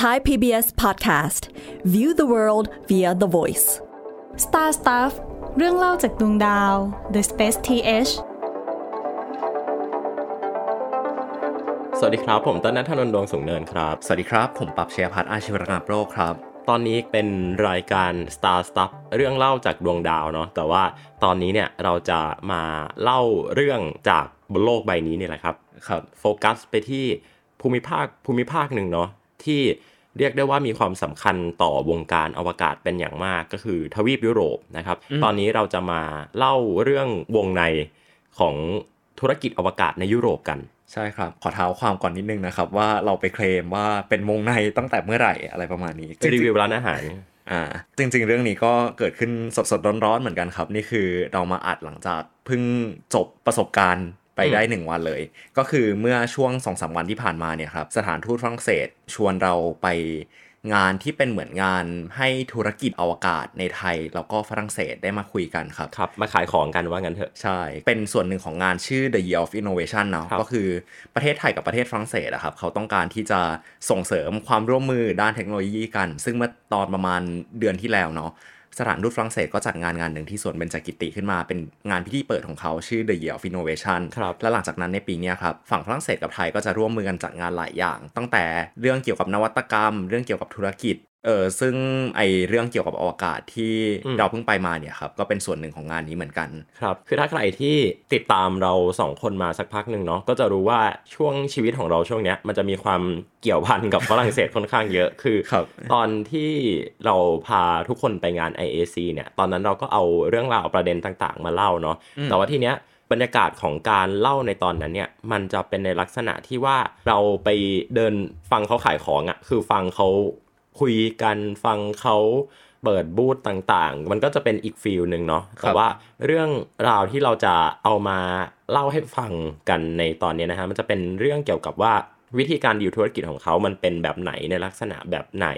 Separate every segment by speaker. Speaker 1: Thai PBS Podcast View the world via the voice
Speaker 2: Star Stuff เรื่องเล่าจากดวงดาว The Space TH
Speaker 3: สวัสดีครับ ผมต้นนัทธนนท์ดวงสูงเนินครับ
Speaker 4: สวัสดีครับ ผมปรับเชียพัฒน์อาชีวรกาโปรครับ
Speaker 3: ตอนนี้เป็นรายการ Star Stuff เรื่องเล่าจากดวงดาวเนาะแต่ว่าตอนนี้เนี่ยเราจะมาเล่าเรื่องจากบนโลกใบนี้เนี่ยแหละครับ
Speaker 4: ครับ
Speaker 3: โฟกัสไปที่ภูมิภาคภูมิภาคหนึ่งเนาะที่เรียกได้ว่ามีความสำคัญต่อวงการอวกาศเป็นอย่างมากก็คือทวีปยุโรปนะครับ
Speaker 4: อืม
Speaker 3: ตอนนี้เราจะมาเล่าเรื่องวงในของธุรกิจอวกาศในยุโรปกัน
Speaker 4: ใช่ครับ ขอเท้าความก่อนนิดนึงนะครับ ว่าเราไปเคลมว่าเป็นวงในตั้งแต่เมื่อไหร่อะไรประมาณนี้จ
Speaker 3: รี
Speaker 4: งๆ
Speaker 3: วิวร้านอาหาร
Speaker 4: อ่าจริง ๆ เรื่องนี้ก็เกิดขึ้นสดๆร้อนๆเหมือนกันครับ นี่คือเรามาอัดหลังจากเพิ่งจบประสบการณ์ไปได้
Speaker 3: อืม
Speaker 4: หนึ่งวันเลย ก็คือเมื่อช่วง2อสวันที่ผ่านมาเนี่ยครับสถานทูตฝรั่งเศสชวนเราไปงานที่เป็นเหมือนงานให้ธุรกิจอวกาศในไทย แล้วก็ฝรั่งเศสได้มาคุยกันครับ
Speaker 3: ครับมาขายของกันว่างั้นเถอะ
Speaker 4: ใช่ เป็นส่วนหนึ่งของงานชื่อ The Year of Innovation เนาะ
Speaker 3: ครับ
Speaker 4: ก็คือประเทศไทยกับประเทศฝรั่งเศสอะครับ เขาต้องการที่จะส่งเสริมความร่วมมือด้านเทคโนโลยีกัน ซึ่งเมื่อตอนประมาณเดือนที่แล้วเนาะ สถานทูตฝรั่งเศสก็จัดงานงานหนึ่งที่สวนเบญจกิติขึ้นมา เป็นงานพิธีเปิดของเขาชื่อ The Year of Innovation
Speaker 3: ครับ
Speaker 4: และหลังจากนั้นในปีเนี้ยครับฝั่งฝรั่งเศสกับไทยก็จะร่วมมือกันจัดงานหลายอย่าง ตั้งแต่เรื่องเกี่ยวกับนวัตกรรม เรื่องเกี่ยวกับธุรกิจเออซึ่งไอเรื่องเกี่ยวกับอวกาศที่
Speaker 3: อืม
Speaker 4: เราเพิ่งไปมาเนี่ยครับก็เป็นส่วนหนึ่งของงานนี้เหมือนกัน
Speaker 3: ครับ คือถ้าใครที่ติดตามเราสองคนมาสักพักหนึ่งเนาะ ก็จะรู้ว่าช่วงชีวิตของเราช่วงเนี้ย มันจะมีความเกี่ยวพันกับฝรั่งเศสค่อนข้างเยอะ คือ
Speaker 4: ครับ
Speaker 3: ตอนที่เราพาทุกคนไปงาน IAC เนี่ย ตอนนั้นเราก็เอาเรื่องราวประเด็นต่างๆ มาเล่าเนาะ
Speaker 4: อืม
Speaker 3: แต่ว่าที่เนี้ยบรรยากาศของการเล่าในตอนนั้นเนี่ย มันจะเป็นในลักษณะที่ว่าเราไปเดินฟังเขาขายของอะ่ะ คือฟังเขาคุยกันฟังเขาเปิดบูธต่างๆ มันก็จะเป็นอีกฟิลหนึ่งเนาะ
Speaker 4: ครับ
Speaker 3: แต่ว่าเรื่องราวที่เราจะเอามาเล่าให้ฟังกันในตอนนี้นะฮะ มันจะเป็นเรื่องเกี่ยวกับว่าวิธีการดีลธุรกิจของเขา มันเป็นแบบไหนในลักษณะแบบไหน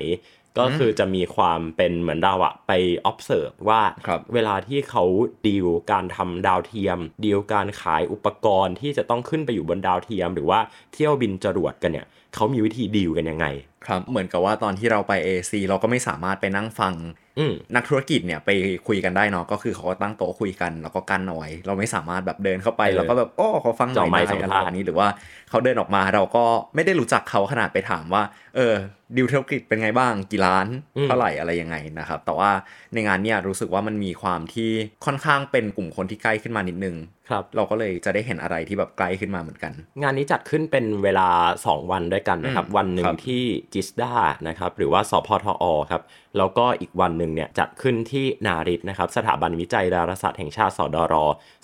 Speaker 3: ก็คือจะมีความเป็นเหมือนเราอะไป observe ว่า
Speaker 4: ครับ
Speaker 3: เวลาที่เขาดีลการทำดาวเทียม ดีลการขายอุปกรณ์ที่จะต้องขึ้นไปอยู่บนดาวเทียม หรือว่าเที่ยวบินจรวดกันเนี่ยเขามีวิธีดีลกันยังไง
Speaker 4: ครับเหมือนกับว่าตอนที่เราไป AC เราก็ไม่สามารถไปนั่งฟัง
Speaker 3: อืม
Speaker 4: นักธุรกิจเนี่ยไปคุยกันได้เนาะก็คือเขาก็ตั้งโต๊ะคุยกันแล้วก็กั้นเอาไว้เราไม่สามารถแบบเดินเข้าไป
Speaker 3: เออ
Speaker 4: แล้วก็แบบโอ้ขอฟังหน่
Speaker 3: เจาะ
Speaker 4: อย
Speaker 3: ไมค์
Speaker 4: ได้
Speaker 3: สัม
Speaker 4: อะ
Speaker 3: ภาษณ์
Speaker 4: ไรแบบนี้หรือว่าเขาเดินออกมาเราก็ไม่ได้รู้จักเขาขนาดไปถามว่าเออดิวธุรกิจเป็นไงบ้างกี่ล้านเท่าไหร่อะไรยังไงนะครับแต่ว่าในงานเนี่ยรู้สึกว่ามันมีความที่ค่อนข้างเป็นกลุ่มคนที่ใกล้ขึ้นมานิดนึง
Speaker 3: ครับ
Speaker 4: เราก็เลยจะได้เห็นอะไรที่แบบใกล้ขึ้นมาเหมือนกัน
Speaker 3: งานนี้จัดขึ้นเป็นเวลา 2 วันด้วยกันนะครับ
Speaker 4: อืม
Speaker 3: วันหนึ่
Speaker 4: ค
Speaker 3: ง
Speaker 4: รับ
Speaker 3: ที่จิสดานะครับหรือว่าสพทอครับแล้วก็อีกวันหนึ่งเนี่ยจัดขึ้นที่นาริตนะครับสถาบันวิจัยดาราศาสตร์แห่งชาติสดร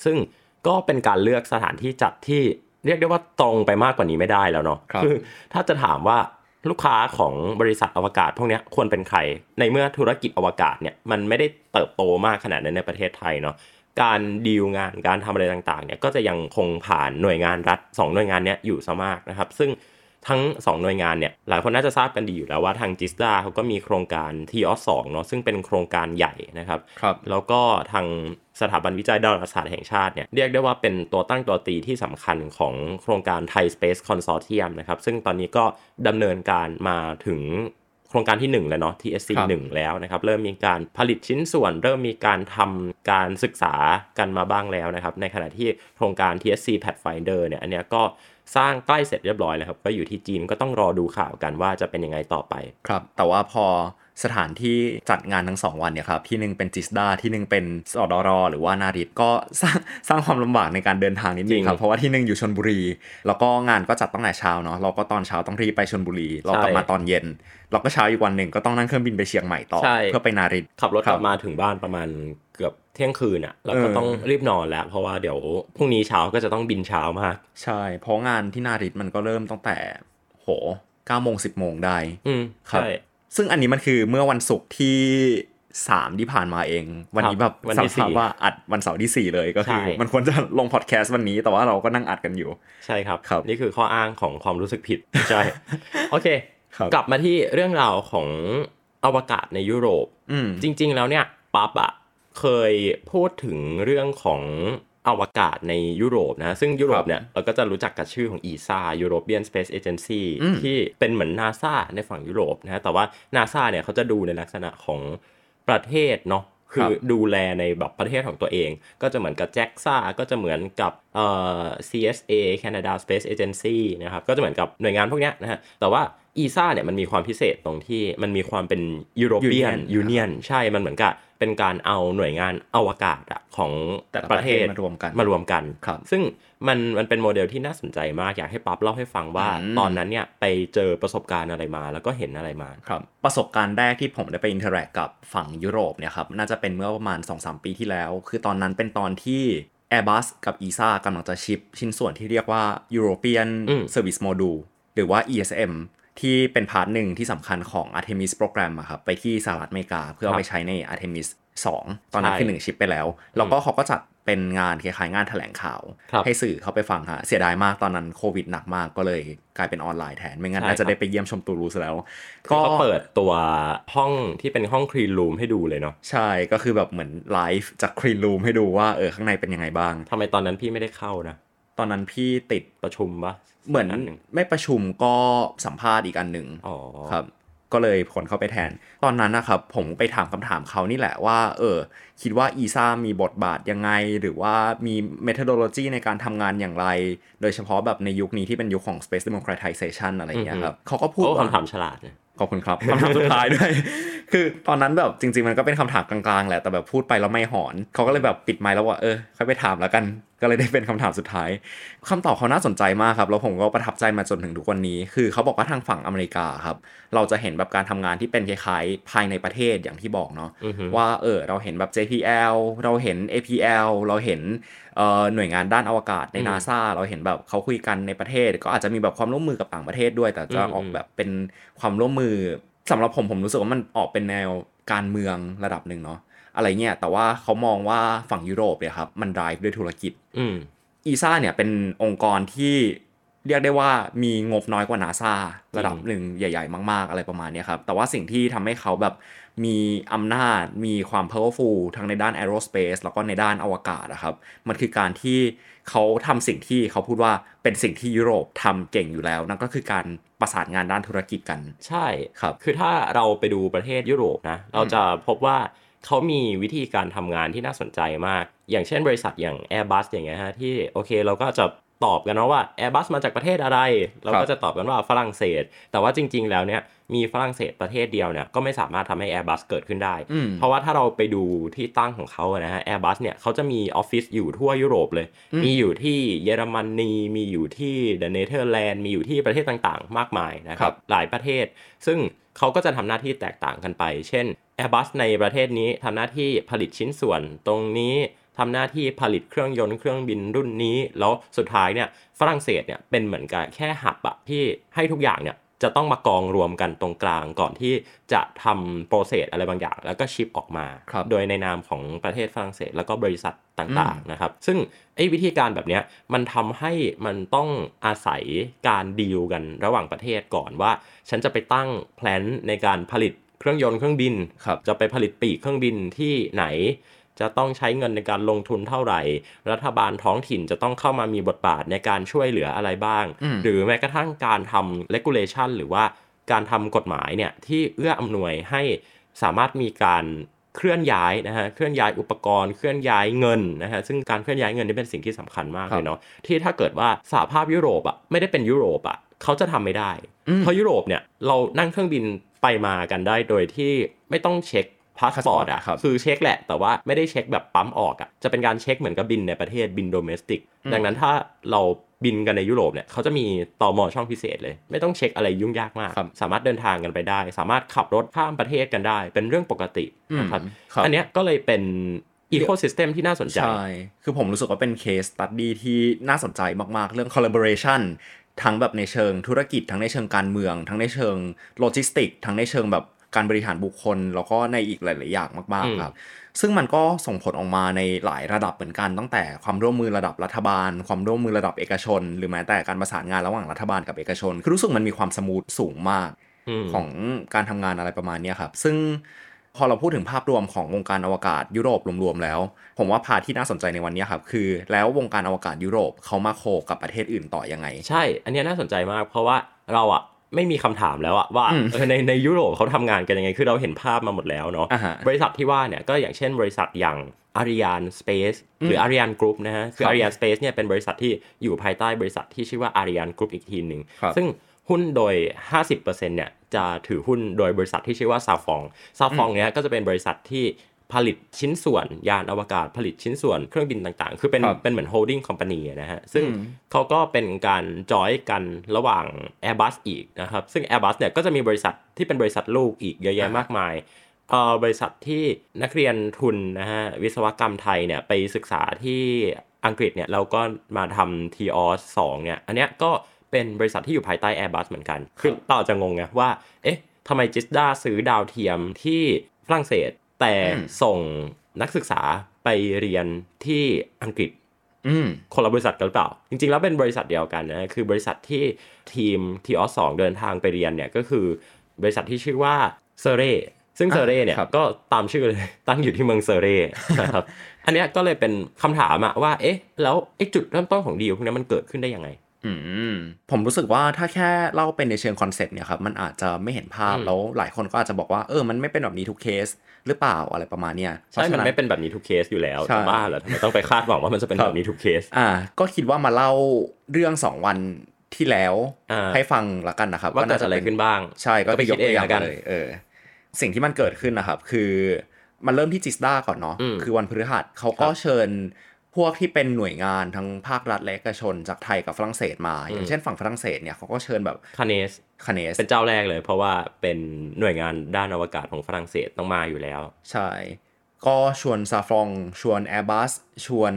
Speaker 3: ซึ่งก็เป็นการเลือกสถานที่จัดที่เรียกได้ว่าตรงไปมากกว่านี้ไม่ได้แล้วเนาะ
Speaker 4: ครับ
Speaker 3: อถ้าจะถามว่าลูกค้าของบริษัทอวกาศ พวกเนี้ยควรเป็นใคร ในเมื่อธุรกิจอวกาศเนี่ยมันไม่ได้เติบโตมากขนาดนั้นในประเทศไทยเนาะ การดีลงานการทำอะไรต่างๆเนี่ยก็จะยังคงผ่านหน่วยงานรัฐสองหน่วยงานเนี้ยอยู่ซะมากนะครับ ซึ่งทั้งสองหน่วยงานเนี่ยหลายคนน่าจะทราบกันดีอยู่แล้วว่าทางจิสดาเขาก็มีโครงการทีออสองเนาะซึ่งเป็นโครงการใหญ่นะครับ
Speaker 4: ครับ
Speaker 3: แล้วก็ทางสถาบันวิจัยดาราศาสตร์แห่งชาติเนี่ยเรียกได้ว่าเป็นตัวตั้งตัวตีที่สำคัญของโครงการ Thai Space Consortium นะครับ ซึ่งตอนนี้ก็ดำเนินการมาถึงโครงการที่ 1 แล้วเนาะ TSC
Speaker 4: ครับ
Speaker 3: 1 แล้วนะครับ เริ่มมีการผลิตชิ้นส่วน เริ่มมีการทำการศึกษากันมาบ้างแล้วนะครับ ในขณะที่โครงการ TSC Pathfinder เนี่ยอันเนี้ยก็สร้างใกล้เสร็จเรียบร้อยแล้วครับก็อยู่ที่จีนก็ต้องรอดูข่าวกันว่าจะเป็นยังไงต่อไป
Speaker 4: ครับแต่ว่าพอสถานที่จัดงานทั้งสองวันเนี่ยครับที่หนึ่งเป็นจิสดาที่หนึ่งเป็นสอดอรอหรือว่านาริตก็สร้าง สร้างความลำบากในการเดินทางนิดนึง
Speaker 3: จ
Speaker 4: ค
Speaker 3: ริ
Speaker 4: รับ
Speaker 3: ง
Speaker 4: เพราะว่าที่หนึ่งอยู่ชนบุรี แล้วก็งานก็จัดตั้งแต่เช้าเนาะเราก็ตอนเช้าต้องรีบไปชนบุรี เรากลับ
Speaker 3: ใช่
Speaker 4: มาตอนเย็น เราก็เช้าอีกวันหนึ่งก็ต้องนั่งเครื่องบินไปเชียงใหม่ต่อ
Speaker 3: ใช่
Speaker 4: เพื่อไปนาริต
Speaker 3: ขับรถ
Speaker 4: ค
Speaker 3: ก
Speaker 4: รับ
Speaker 3: ลับมาถึงบ้านประมาณเกือบเที่ยงคืนอะ่ะแล้วก็
Speaker 4: เออ
Speaker 3: ต้องรีบนอนแล้ว เพราะว่าเดี๋ยวพรุ่งนี้เช้าก็จะต้องบินเช้ามาก
Speaker 4: ใช่เพราะงานที่นาริตมันก็เริ่มตั้งแต่โหเก้าโมงสิบโมงได้
Speaker 3: อืม
Speaker 4: ครับ
Speaker 3: ใช่
Speaker 4: ซึ่งอันนี้มันคือเมื่อวันศุกร์ที่ 3 ที่ผ่านมาเอง วันนี้แบบ
Speaker 3: วันที่
Speaker 4: สารภาพ
Speaker 3: สี่
Speaker 4: ว่าอัดวันเสาร์ที่ 4 เลยก็คือ
Speaker 3: ใช่
Speaker 4: มันควรจะลงพอดแคสต์วันนี้แต่ว่าเราก็นั่งอัดกันอยู่
Speaker 3: ใช่ครับ
Speaker 4: ครับ
Speaker 3: นี่คือข้ออ้างของความรู้สึกผิด ใช่ โอเค
Speaker 4: ครับ
Speaker 3: กลับมาที่เรื่องราวของอวกาศในยุโรป
Speaker 4: อืม
Speaker 3: จริงๆ แล้วเนี่ยปั๊บอะเคยพูดถึงเรื่องของ อวกาศในยุโรปนะ ซึ่งยุโรปเนี่ยเราก็จะรู้จักกับชื่อของ ESA European Space Agency
Speaker 4: อืม
Speaker 3: ที่เป็นเหมือน NASA ในฝั่งยุโรปนะ แต่ว่า NASA เนี่ยเขาจะดูในลักษณะของประเทศเนาะ คื
Speaker 4: ครั
Speaker 3: อบ ดูแลในแบบประเทศของตัวเอง ก็จะเหมือนกับแจ็กซ่าก็จะเหมือนกับเอ่อ CSA Canada Space Agency นะครับก็จะเหมือนกับหน่วยงานพวกเนี้ยนะฮะแต่ว่า ESA เนี่ยมันมีความพิเศษตรงที่มันมีความเป็น European
Speaker 4: Union
Speaker 3: Union ใช่มันเหมือนกับเป็นการเอาหน่วยงานอวกาศอะของ
Speaker 4: แต่ละ
Speaker 3: ป
Speaker 4: ประ ระ
Speaker 3: เท
Speaker 4: เท
Speaker 3: ศ
Speaker 4: ศมารวมกัน
Speaker 3: มารวมกัน
Speaker 4: ครับ
Speaker 3: ซึ่งมันมันเป็นโมเดลที่น่าสนใจมากอยากให้ปั๊บเล่าให้ฟังว่า
Speaker 4: อืม
Speaker 3: ตอนนั้นเนี่ยไปเจอประสบการณ์อะไรมา แล้วก็เห็นอะไรมา
Speaker 4: ครับประสบการณ์แรกที่ผมได้ไปอินเทอร์แอคกับฝั่งยุโรปเนี่ยครับน่าจะเป็นเมื่อประมาณ 2-3 ปีที่แล้ว คือตอนนั้นเป็นตอนที่ Airbus กับ ESA กำลังจะชิปชิ้นส่วนที่เรียกว่า European
Speaker 3: อืม
Speaker 4: Service Module หรือว่า ESM ที่เป็นพาร์ทหนึ่งที่สำคัญของ Artemis Program อะครับไปที่สหรัฐอเมริกา เพื่อเอาไปใช้ใน Artemis 2 ตอนนั้น
Speaker 3: ใช่
Speaker 4: คือ 1 ชิปไปแล้ว แล้วก็เขาก็จัดเป็นงานคล้ายๆงานแถลงข่าว
Speaker 3: ครับ
Speaker 4: ให้สื่อเข้าไปฟังฮะเสียดายมากตอนนั้นโควิดหนักมากก็เลยกลายเป็นออนไลน์แทนไม่งั้นน่าจะได้ไปเยี่ยมชมตูรูสแล้ว
Speaker 3: ก็เปิดตัวห้องที่เป็นห้องคลีนรูมให้ดูเลยเนาะ
Speaker 4: ใช่ก็คือแบบเหมือนไลฟ์จากครีนรูมให้ดูว่าเออข้างในเป็นยังไงบ้าง
Speaker 3: ทำไมตอนนั้นพี่ไม่ได้เข้านะ
Speaker 4: ตอนนั้นพี่ติด
Speaker 3: ประชุมปะ
Speaker 4: เหมือน
Speaker 3: หนึ่ง
Speaker 4: ไม่ประชุมก็สัมภาษณ์อีกอันหนึ่ง
Speaker 3: อ๋อ
Speaker 4: ครับ ก็เลยผลเข้าไปแทน ตอนนั้นนะครับผมไปถามคำถามเขานี่แหละว่า เออ คิดว่าอีซ่ามีบทบาทยังไง หรือว่ามีเมท o d o l o g y ในการทำงานอย่างไร โดยเฉพาะแบบในยุคนี้ที่เป็นยุคของ Space Democratization อะไรอย่างเงี้ยครับเขาก็พูด
Speaker 3: โอ้
Speaker 4: ว่า
Speaker 3: คำถามฉลาดเนี่ย
Speaker 4: ขอบคุณครับ คำถามสุดท้ายด้วย คือตอนนั้นแบบจริง ๆ มันก็เป็นคำถามกลางๆ แหละ แต่แบบพูดไปแล้วไม่หอน เขาก็เลยแบบปิดไมค์แล้วว่าเออค่อยไปถามแล้วกัน ก็เลยได้เป็นคำถามสุดท้าย คำตอบเขาน่าสนใจมากครับ แล้วผมก็ประทับใจมาจนถึงทุกวันนี้ คือเขาบอกว่าทางฝั่งอเมริกาครับ เราจะเห็นแบบการทำงานที่เป็นคล้ายๆ ภายในประเทศอย่างที่บอกเนาะ
Speaker 3: อือฮึ
Speaker 4: ว่าเออเราเห็นแบบ JPL เราเห็น APL เราเห็นเอ่อหน่วยงานด้านอวกาศใน
Speaker 3: อืม
Speaker 4: นาซาเราเห็นแบบเขาคุยกันในประเทศ ก็อาจจะมีแบบความร่วมมือกับต่างประเทศด้วย แต่จะ
Speaker 3: อืม
Speaker 4: ออก
Speaker 3: อืม
Speaker 4: แบบเป็นความร่วมมือสำหรับผมผมรู้สึกว่ามันออกเป็นแนวการเมืองระดับหนึ่งเนาะอะไรเงี้ยแต่ว่าเขามองว่าฝั่งยุโรปเนี่ยครับมัน drive ด้วยธุรกิจ
Speaker 3: อืม
Speaker 4: อีซ่าเนี่ยเป็นองค์กรที่เรียกได้ว่ามีงบน้อยกว่านาซาระดับ
Speaker 3: จริง
Speaker 4: หนึ่งใหญ่ ๆ มาก ๆ อะไรประมาณเนี้ยครับ แต่ว่าสิ่งที่ทำให้เขาแบบมีอำนาจมีความ powerful ทั้งในด้าน aerospace แล้วก็ในด้านอวกาศนะครับ มันคือการที่เขาทำสิ่งที่เขาพูดว่าเป็นสิ่งที่ยุโรปทำเก่งอยู่แล้ว นั่นก็คือการประสานงานด้านธุรกิจกัน
Speaker 3: ใช่
Speaker 4: ครับ
Speaker 3: คือถ้าเราไปดูประเทศยุโรปนะ เราจะพบว่าเขามีวิธีการทำงานที่น่าสนใจมาก อย่างเช่นบริษัทอย่าง Airbus อย่างเงี้ยฮะ ที่โอเคเราก็จะตอบกันเนาะว่า Airbus มาจากประเทศอะไร เรา
Speaker 4: ครั
Speaker 3: ก็
Speaker 4: บ
Speaker 3: จะตอบกันว่าฝรั่งเศส แต่ว่าจริง ๆ แล้วเนี่ยมีฝรั่งเศสประเทศเดียวเนี่ยก็ไม่สามารถทำให้ Airbus เกิดขึ้นได้
Speaker 4: อืม
Speaker 3: เพราะว่าถ้าเราไปดูที่ตั้งของเขาอะนะฮะ Airbus เนี่ยเขาจะมีออฟฟิศอยู่ทั่วยุโรปเลย
Speaker 4: อืม
Speaker 3: มีอยู่ที่เยอรมนีมีอยู่ที่เดนเนเธอร์แลนด์มีอยู่ที่ประเทศต่างๆ มากมายนะค
Speaker 4: ครั
Speaker 3: รับ
Speaker 4: บ
Speaker 3: หลายประเทศ ซึ่งเขาก็จะทำหน้าที่แตกต่างกันไป เช่น Airbus ในประเทศนี้ทำหน้าที่ผลิตชิ้นส่วนตรงนี้ทำหน้าที่ผลิตเครื่องยนต์เครื่องบินรุ่นนี้ แล้วสุดท้ายเนี่ยฝรั่งเศสเนี่ยเป็นเหมือนกับแค่หับอะที่ให้ทุกอย่างเนี่ยจะต้องมากองรวมกันตรงกลางก่อนที่จะทำโปรเซสอะไรบางอย่าง แล้วก็ชิปออกมา
Speaker 4: ครับ
Speaker 3: โดยในนามของประเทศฝรั่งเศสแล้วก็บริษัทต่างๆนะครับ ซึ่งไอ้วิธีการแบบเนี้ยมันทำให้มันต้องอาศัยการดีลกันระหว่างประเทศก่อนว่า ฉันจะไปตั้งแพลนในการผลิตเครื่องยนต์เครื่องบิน
Speaker 4: ครับ
Speaker 3: จะไปผลิตปีกเครื่องบินที่ไหน จะต้องใช้เงินในการลงทุนเท่าไหร่ รัฐบาลท้องถิ่นจะต้องเข้ามามีบทบาทในการช่วยเหลืออะไรบ้าง
Speaker 4: อืม
Speaker 3: หรือแม้กระทั่งการทำ regulation หรือว่าการทำกฎหมายเนี่ยที่เอื้ออำนวยให้สามารถมีการเคลื่อนย้ายนะฮะเคลื่อนย้ายอุปกรณ์เคลื่อนย้ายเงินนะฮะซึ่งการเคลื่อนย้ายเงินนี่เป็นสิ่งที่สำคัญมากเลยเนาะที่ถ้าเกิดว่าสหภาพยุโรปอ่ะไม่ได้เป็นยุโรปอ่ะเขาจะทำไม่ได้
Speaker 4: อืม
Speaker 3: เพราะยุโรปเนี่ยเรานั่งเครื่องบินไปมากันได้โดยที่ไม่ต้องเช็คพาสปอร์ตอ่ะ
Speaker 4: ครับ
Speaker 3: คือเช็คแหละ แต่ว่าไม่ได้เช็คแบบปั๊มออกอ่ะจะเป็นการเช็คเหมือนกับบินในประเทศบินโดเมสติก
Speaker 4: อืม
Speaker 3: ดังนั้นถ้าเราบินกันในยุโรปเนี่ยเขาจะมีตอมอช่องพิเศษเลย ไม่ต้องเช็คอะไรยุ่งยากมาก สามารถเดินทางกันไปได้ สามารถขับรถข้ามประเทศกันได้ เป็นเรื่องปกติ
Speaker 4: ม
Speaker 3: นะครับ
Speaker 4: ครับ
Speaker 3: อันเนี้ยก็เลยเป็นอีโคซิสเต็มที่น่าสนใจ
Speaker 4: ใช่ คือผมรู้สึกว่าเป็นเคสตัดดี้ที่น่าสนใจมาก ๆ เรื่อง collaboration ทั้งแบบในเชิงธุรกิจ ทั้งในเชิงการเมือง ทั้งในเชิงโลจิสติก ทั้งในเชิงแบบการบริหารบุคคล แล้วก็ในอีกหลาย ๆ อย่างมาก
Speaker 3: อืม
Speaker 4: ๆ ครับ ซึ่งมันก็ส่งผลออกมาในหลายระดับเหมือนกัน ตั้งแต่ความร่วมมือระดับรัฐบาล ความร่วมมือระดับเอกชน หรือแม้แต่การประสานงานระหว่างรัฐบาลกับเอกชน คือรู้สึกมันมีความสมูทสูงมาก
Speaker 3: อืม
Speaker 4: ของการทำงานอะไรประมาณเนี้ยครับ ซึ่ง พอเราพูดถึงภาพรวมของวงการอวกาศยุโรปรวมๆแล้ว ผมว่าพาร์ทที่น่าสนใจในวันเนี้ยครับคือ แล้ววงการอวกาศยุโรปเขามาโคกับประเทศอื่นต่อยังไง
Speaker 3: ใช่ อันเนี้ยน่าสนใจมาก เพราะว่าเราอะไม่มีคำถามแล้วอะว่า
Speaker 4: อืม
Speaker 3: เออในในยุโรปเขาทำงานกันยังไง คือเราเห็นภาพมาหมดแล้วเนาะ
Speaker 4: อ่าฮะ
Speaker 3: บริษัทที่ว่าเนี่ยก็อย่างเช่นบริษัทอย่าง Ariane Space หรือ Ariane Group นะฮะ คือ
Speaker 4: ครับ
Speaker 3: Ariane Space เนี่ยเป็นบริษัทที่อยู่ภายใต้บริษัทที่ชื่อว่า Ariane Group อีกทีหนึ่ง
Speaker 4: ครับ
Speaker 3: ซึ่งหุ้นโดย 50%เนี่ยจะถือหุ้นโดยบริษัทที่ชื่อว่าซาฟองซาฟองเนี่ยก็จะเป็นบริษัทที่ผลิตชิ้นส่วนยานอวกาศผลิตชิ้นส่วนเครื่องบินต่างๆ คือเป็น
Speaker 4: ครับ
Speaker 3: เป็นเหมือน holding company อะนะฮะ ซึ่ง
Speaker 4: อืม
Speaker 3: เขาก็เป็นการจอยกันระหว่าง Airbus อีกนะครับ ซึ่ง Airbus เนี่ยก็จะมีบริษัทที่เป็นบริษัทลูกอีกเยอะแยะมากมาย เอ่อบริษัทที่นักเรียนทุนนะฮะวิศวกรรมไทยเนี่ยไปศึกษาที่อังกฤษเนี่ยเราก็มาทำ t o 2เนี่ยอันเนี้ยก็เป็นบริษัทที่อยู่ภายใต้ Airbus เหมือนกัน คือเราอาจจะงงไงว่า เอ๊ะทำไมจิสดาซื้อดาวเทียมที่ฝรั่งเศส แต่
Speaker 4: อืม
Speaker 3: ส่งนักศึกษาไปเรียนที่อังกฤษ
Speaker 4: อืม
Speaker 3: คนละบริษัทกันหรือเปล่า จริงๆ แล้วเป็นบริษัทเดียวกันนะคือบริษัทที่ทีมทีออสสองเดินทางไปเรียนเนี่ยก็คือบริษัทที่ชื่อว่าเซเรซึ่งเซเรเนี่ย
Speaker 4: ครับ
Speaker 3: ก็ตามชื่อเลย ตั้งอยู่ที่เมืองเซเรนะครับ อันเนี้ยก็เลยเป็นคำถามอะว่าเอ๊ะแล้วไอ้จุดเริ่มต้นของดีลพวกเนี้ยมันเกิดขึ้นได้ยังไง
Speaker 4: อืมผมรู้สึกว่าถ้าแค่เล่าเป็นในเชิงคอนเซปต์เนี่ยครับมันอาจจะไม่เห็นภาพ
Speaker 3: อืม
Speaker 4: แล้วหลายคนก็อาจจะบอกว่าเออมันไม่เป็นแบบนี้ทุกเคสหรือเปล่าอะไรประมาณเนี้ยเพ
Speaker 3: ใช่
Speaker 4: ราะฉะ
Speaker 3: มันไม่เป็นแบบนี้ทุกเคสอยู่แล้ว
Speaker 4: ใช่
Speaker 3: บ้าเหรอทำไมต้องไปคาดหวังว่ามันจะเป็นแบบนี้ทุกเคส
Speaker 4: อ่าก็คิดว่ามาเล่าเรื่องสองวันที่แล้ว
Speaker 3: อ่า
Speaker 4: ให้ฟังละกันนะครับ
Speaker 3: ว่าเกิ
Speaker 4: น่
Speaker 3: ดอะไร
Speaker 4: เป็
Speaker 3: ขึ้นบ้าง
Speaker 4: ใช่ก็
Speaker 3: ก็
Speaker 4: ไป
Speaker 3: ไป
Speaker 4: ย
Speaker 3: คิ
Speaker 4: ก
Speaker 3: ด
Speaker 4: ตัวอย่า
Speaker 3: เอง
Speaker 4: ง
Speaker 3: แล้วกัน
Speaker 4: เลยเออสิ่งที่มันเกิดขึ้นนะครับ คือมันเริ่มที่จิสดาก่อนเนาะ
Speaker 3: อืม
Speaker 4: คือวันพฤหัสเขาก็เชิญพวกที่เป็นหน่วยงานทั้งภาครัฐและเอกชนจากไทยกับฝรั่งเศสมา อย่าง
Speaker 3: อืม
Speaker 4: เช่นฝั่งฝรั่งเศสเนี่ยเขาก็เชิญแบบ
Speaker 3: คาเนส
Speaker 4: คาเนส
Speaker 3: เป็นเจ้าแรกเลย เพราะว่าเป็นหน่วยงานด้านอวกาศของฝรั่งเศสต้องมาอยู่แล้ว
Speaker 4: ใช่ก็ชวนซาฟรองชวนแอร์บัสชวน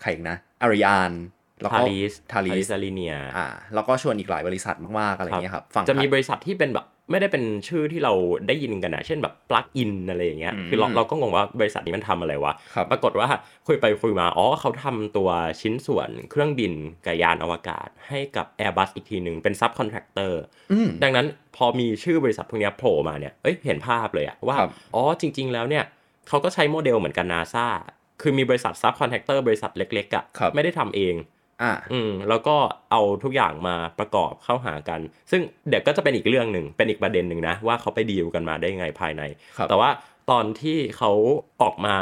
Speaker 4: ใครอีกนะอารยานแล้ว
Speaker 3: ทา
Speaker 4: ก็
Speaker 3: ริส
Speaker 4: ทาริส
Speaker 3: อาริเนีย
Speaker 4: อ่าแล้วก็ชวนอีกหลายบริษัทมากๆอะไรอย่างเงี้ยครับฝั่ง
Speaker 3: จะมีบริษัทที่เป็นแบบไม่ได้เป็นชื่อที่เราได้ยินกันนะเช่นแบบ plug in อะไรอย่างเงี้ย
Speaker 4: อืม
Speaker 3: คือเราเราก็งงว่าบริษัทนี้มันทำอะไรวะ
Speaker 4: ครับ
Speaker 3: ปรากฏว่าคุยไปคุยมา อ๋อเขาทำตัวชิ้นส่วนเครื่องบินกับยานอวกาศ ให้กับ Airbus อีกทีหนึ่งเป็นซับคอนแทคเตอร์
Speaker 4: อืม
Speaker 3: ดังนั้นพอมีชื่อบริษัทพวกเนี้ยโผล่มาเนี่ย เอ้ย เห็นภาพเลยอะว่า
Speaker 4: ครับ
Speaker 3: อ๋อ จริง ๆ แล้วเนี่ยเขาก็ใช้โมเดลเหมือนกันนาซาคือมีบริษัทซับคอนแทคเตอร์บริษัทเล็กๆอะ
Speaker 4: ครับ
Speaker 3: ไม่ได้ทำเอง
Speaker 4: อ่า
Speaker 3: อืมแล้วก็เอาทุกอย่างมาประกอบเข้าหากัน ซึ่งเดี๋ยวก็จะเป็นอีกเรื่องหนึ่งเป็นอีกประเด็นหนึ่งนะ ว่าเขาไปดีลกันมาได้ไงภายใน
Speaker 4: ครับ
Speaker 3: แต่ว่าตอนที่เขาออกมา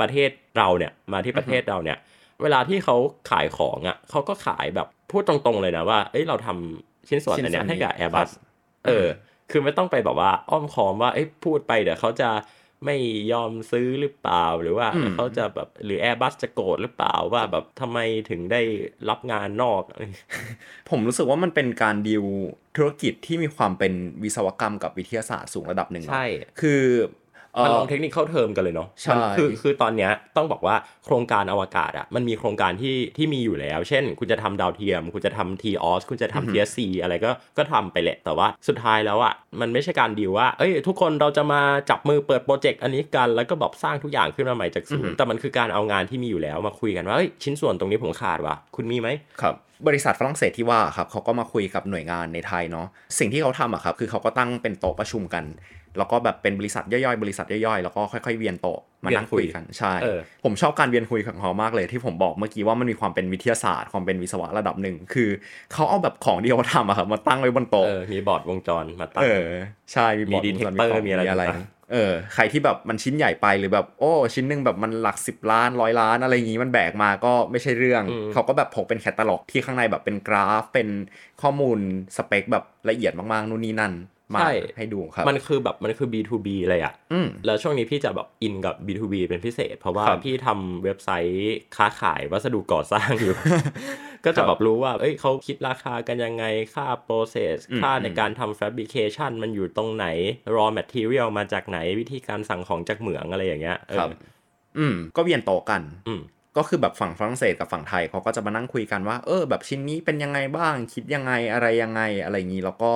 Speaker 3: ประเทศเราเนี่ยมาที่ประเทศเราเนี่ย เวลาที่เขาขายของอะ่ะเขาก็ขายแบบพูดตรงๆเลยนะว่าเอ้ยเราทำชิ้นส่วนอันเนี้ยให้กับ Airbus
Speaker 4: ครับ
Speaker 3: เออ คือไม่ต้องไปแบบว่าอ้อมค้อมว่า เอ้ยพูดไปเดี๋ยวเขาจะไม่ยอมซื้อหรือเปล่า หรือว่า
Speaker 4: อืม
Speaker 3: เขาจะแบบหรือ Airbus จะโกรธหรือเปล่าว่าแบบทำไมถึงได้รับงานนอก
Speaker 4: ผมรู้สึกว่ามันเป็นการดีลธุรกิจที่มีความเป็นวิศวกรรมกับวิทยาศาสตร์สูงระดับหนึ่งเนอะ
Speaker 3: ใช่
Speaker 4: คือเอ่อ
Speaker 3: มันลงเทคนิคเข้าเทอมกันเลยเนาะ
Speaker 4: ใช่
Speaker 3: มันคือคือตอนเนี้ยต้องบอกว่าโครงการอวกาศอะมันมีโครงการที่ที่มีอยู่แล้ว เช่น คุณจะทำดาวเทียม คุณจะทำทีออสคุณจะทำทีซีอะไรก็ก็ทำไปแหละ แต่ว่าสุดท้ายแล้วอะมันไม่ใช่การดีลว่า เอ้ย ทุกคนเราจะมาจับมือเปิดโปรเจกต์อันนี้กัน แล้วก็แบบสร้างทุกอย่างขึ้นมาใหม่จากศูนย์แต่มันคือการเอางานที่มีอยู่แล้วมาคุยกันว่าเอ้ยชิ้นส่วนตรงนี้ผมขาดว่ะคุณมีไหม
Speaker 4: ครับบริษัทฝรั่งเศสที่ว่าครับเขาก็มาคุยกับหน่วยงานในไทยเนาะสิ่งที่เขาทำอะครับคือเขาก็ตั้งเป็นโต๊ะประชุมกัน แล้วก็แบบเป็นบริษัทย่อยๆบริษัทย่อยๆแล้วก็ค่อยๆเวียนโต๊ะมานั่งคุยกันใช่
Speaker 3: เออ
Speaker 4: ผมชอบการเวียนคุยของเขามากเลยที่ผมบอกเมื่อกี้ว่ามันมีความเป็นวิทยาศาสตร์ความเป็นวิศวะระดับหนึ่งคือเขาเอาแบบของที่เขาทำอะครับมาตั้งไว้บน
Speaker 3: เอ
Speaker 4: โต๊ะ
Speaker 3: อมีบอร์ดวงจรมาตั้ง
Speaker 4: เออ ใช่
Speaker 3: มี
Speaker 4: มีบอร์ด
Speaker 3: detector
Speaker 4: วงจกล้ง
Speaker 3: มีอะไรต่าง
Speaker 4: เออใครที่แบบมันชิ้นใหญ่ไปหรือแบบโอ้ชิ้นหนึ่งแบบมันหลัก 10 ล้านร้อยล้านอะไรอย่างงี้มันแบกมาก็ไม่ใช่เรื่อง เขาก็แบบพกเป็นแคตตาล็อกที่ข้างในแบบเป็นกราฟเป็นข้อมูลสเปคแบบละเอียดมากๆนู่นนี่นั่นมาให้ดูครับ
Speaker 3: มันคือแบบมันคือ B2B เลยอะ
Speaker 4: อืม
Speaker 3: แล้วช่วงนี้พี่จะแบบอินกับ B2B เป็นพิเศษ เพราะว่า
Speaker 4: ครับ
Speaker 3: พี่ทำเว็บไซต์ค้าขายวัสดุก่อสร้าง อยู่ ก็จะแบบรู้ว่า เอ้ยเขาคิดราคากันยังไง ค่า process
Speaker 4: อืม
Speaker 3: ค่า
Speaker 4: อืม
Speaker 3: ในการทำ fabrication มันอยู่ตรงไหน raw material มาจากไหนวิธีการสั่งของจากเหมืองอะไรอย่างเงี้ยเออ
Speaker 4: ครับ อืม ก็เวียนโต๊ะกัน
Speaker 3: อืม
Speaker 4: ก็คือแบบฝั่งฝรั่งเศสกับฝั่งไทยเขาก็จะมานั่งคุยกันว่า เออ แบบชิ้นนี้เป็นยังไงบ้าง คิดยังไงอะไรยังไงอะไรอย่างนี้ แล้วก็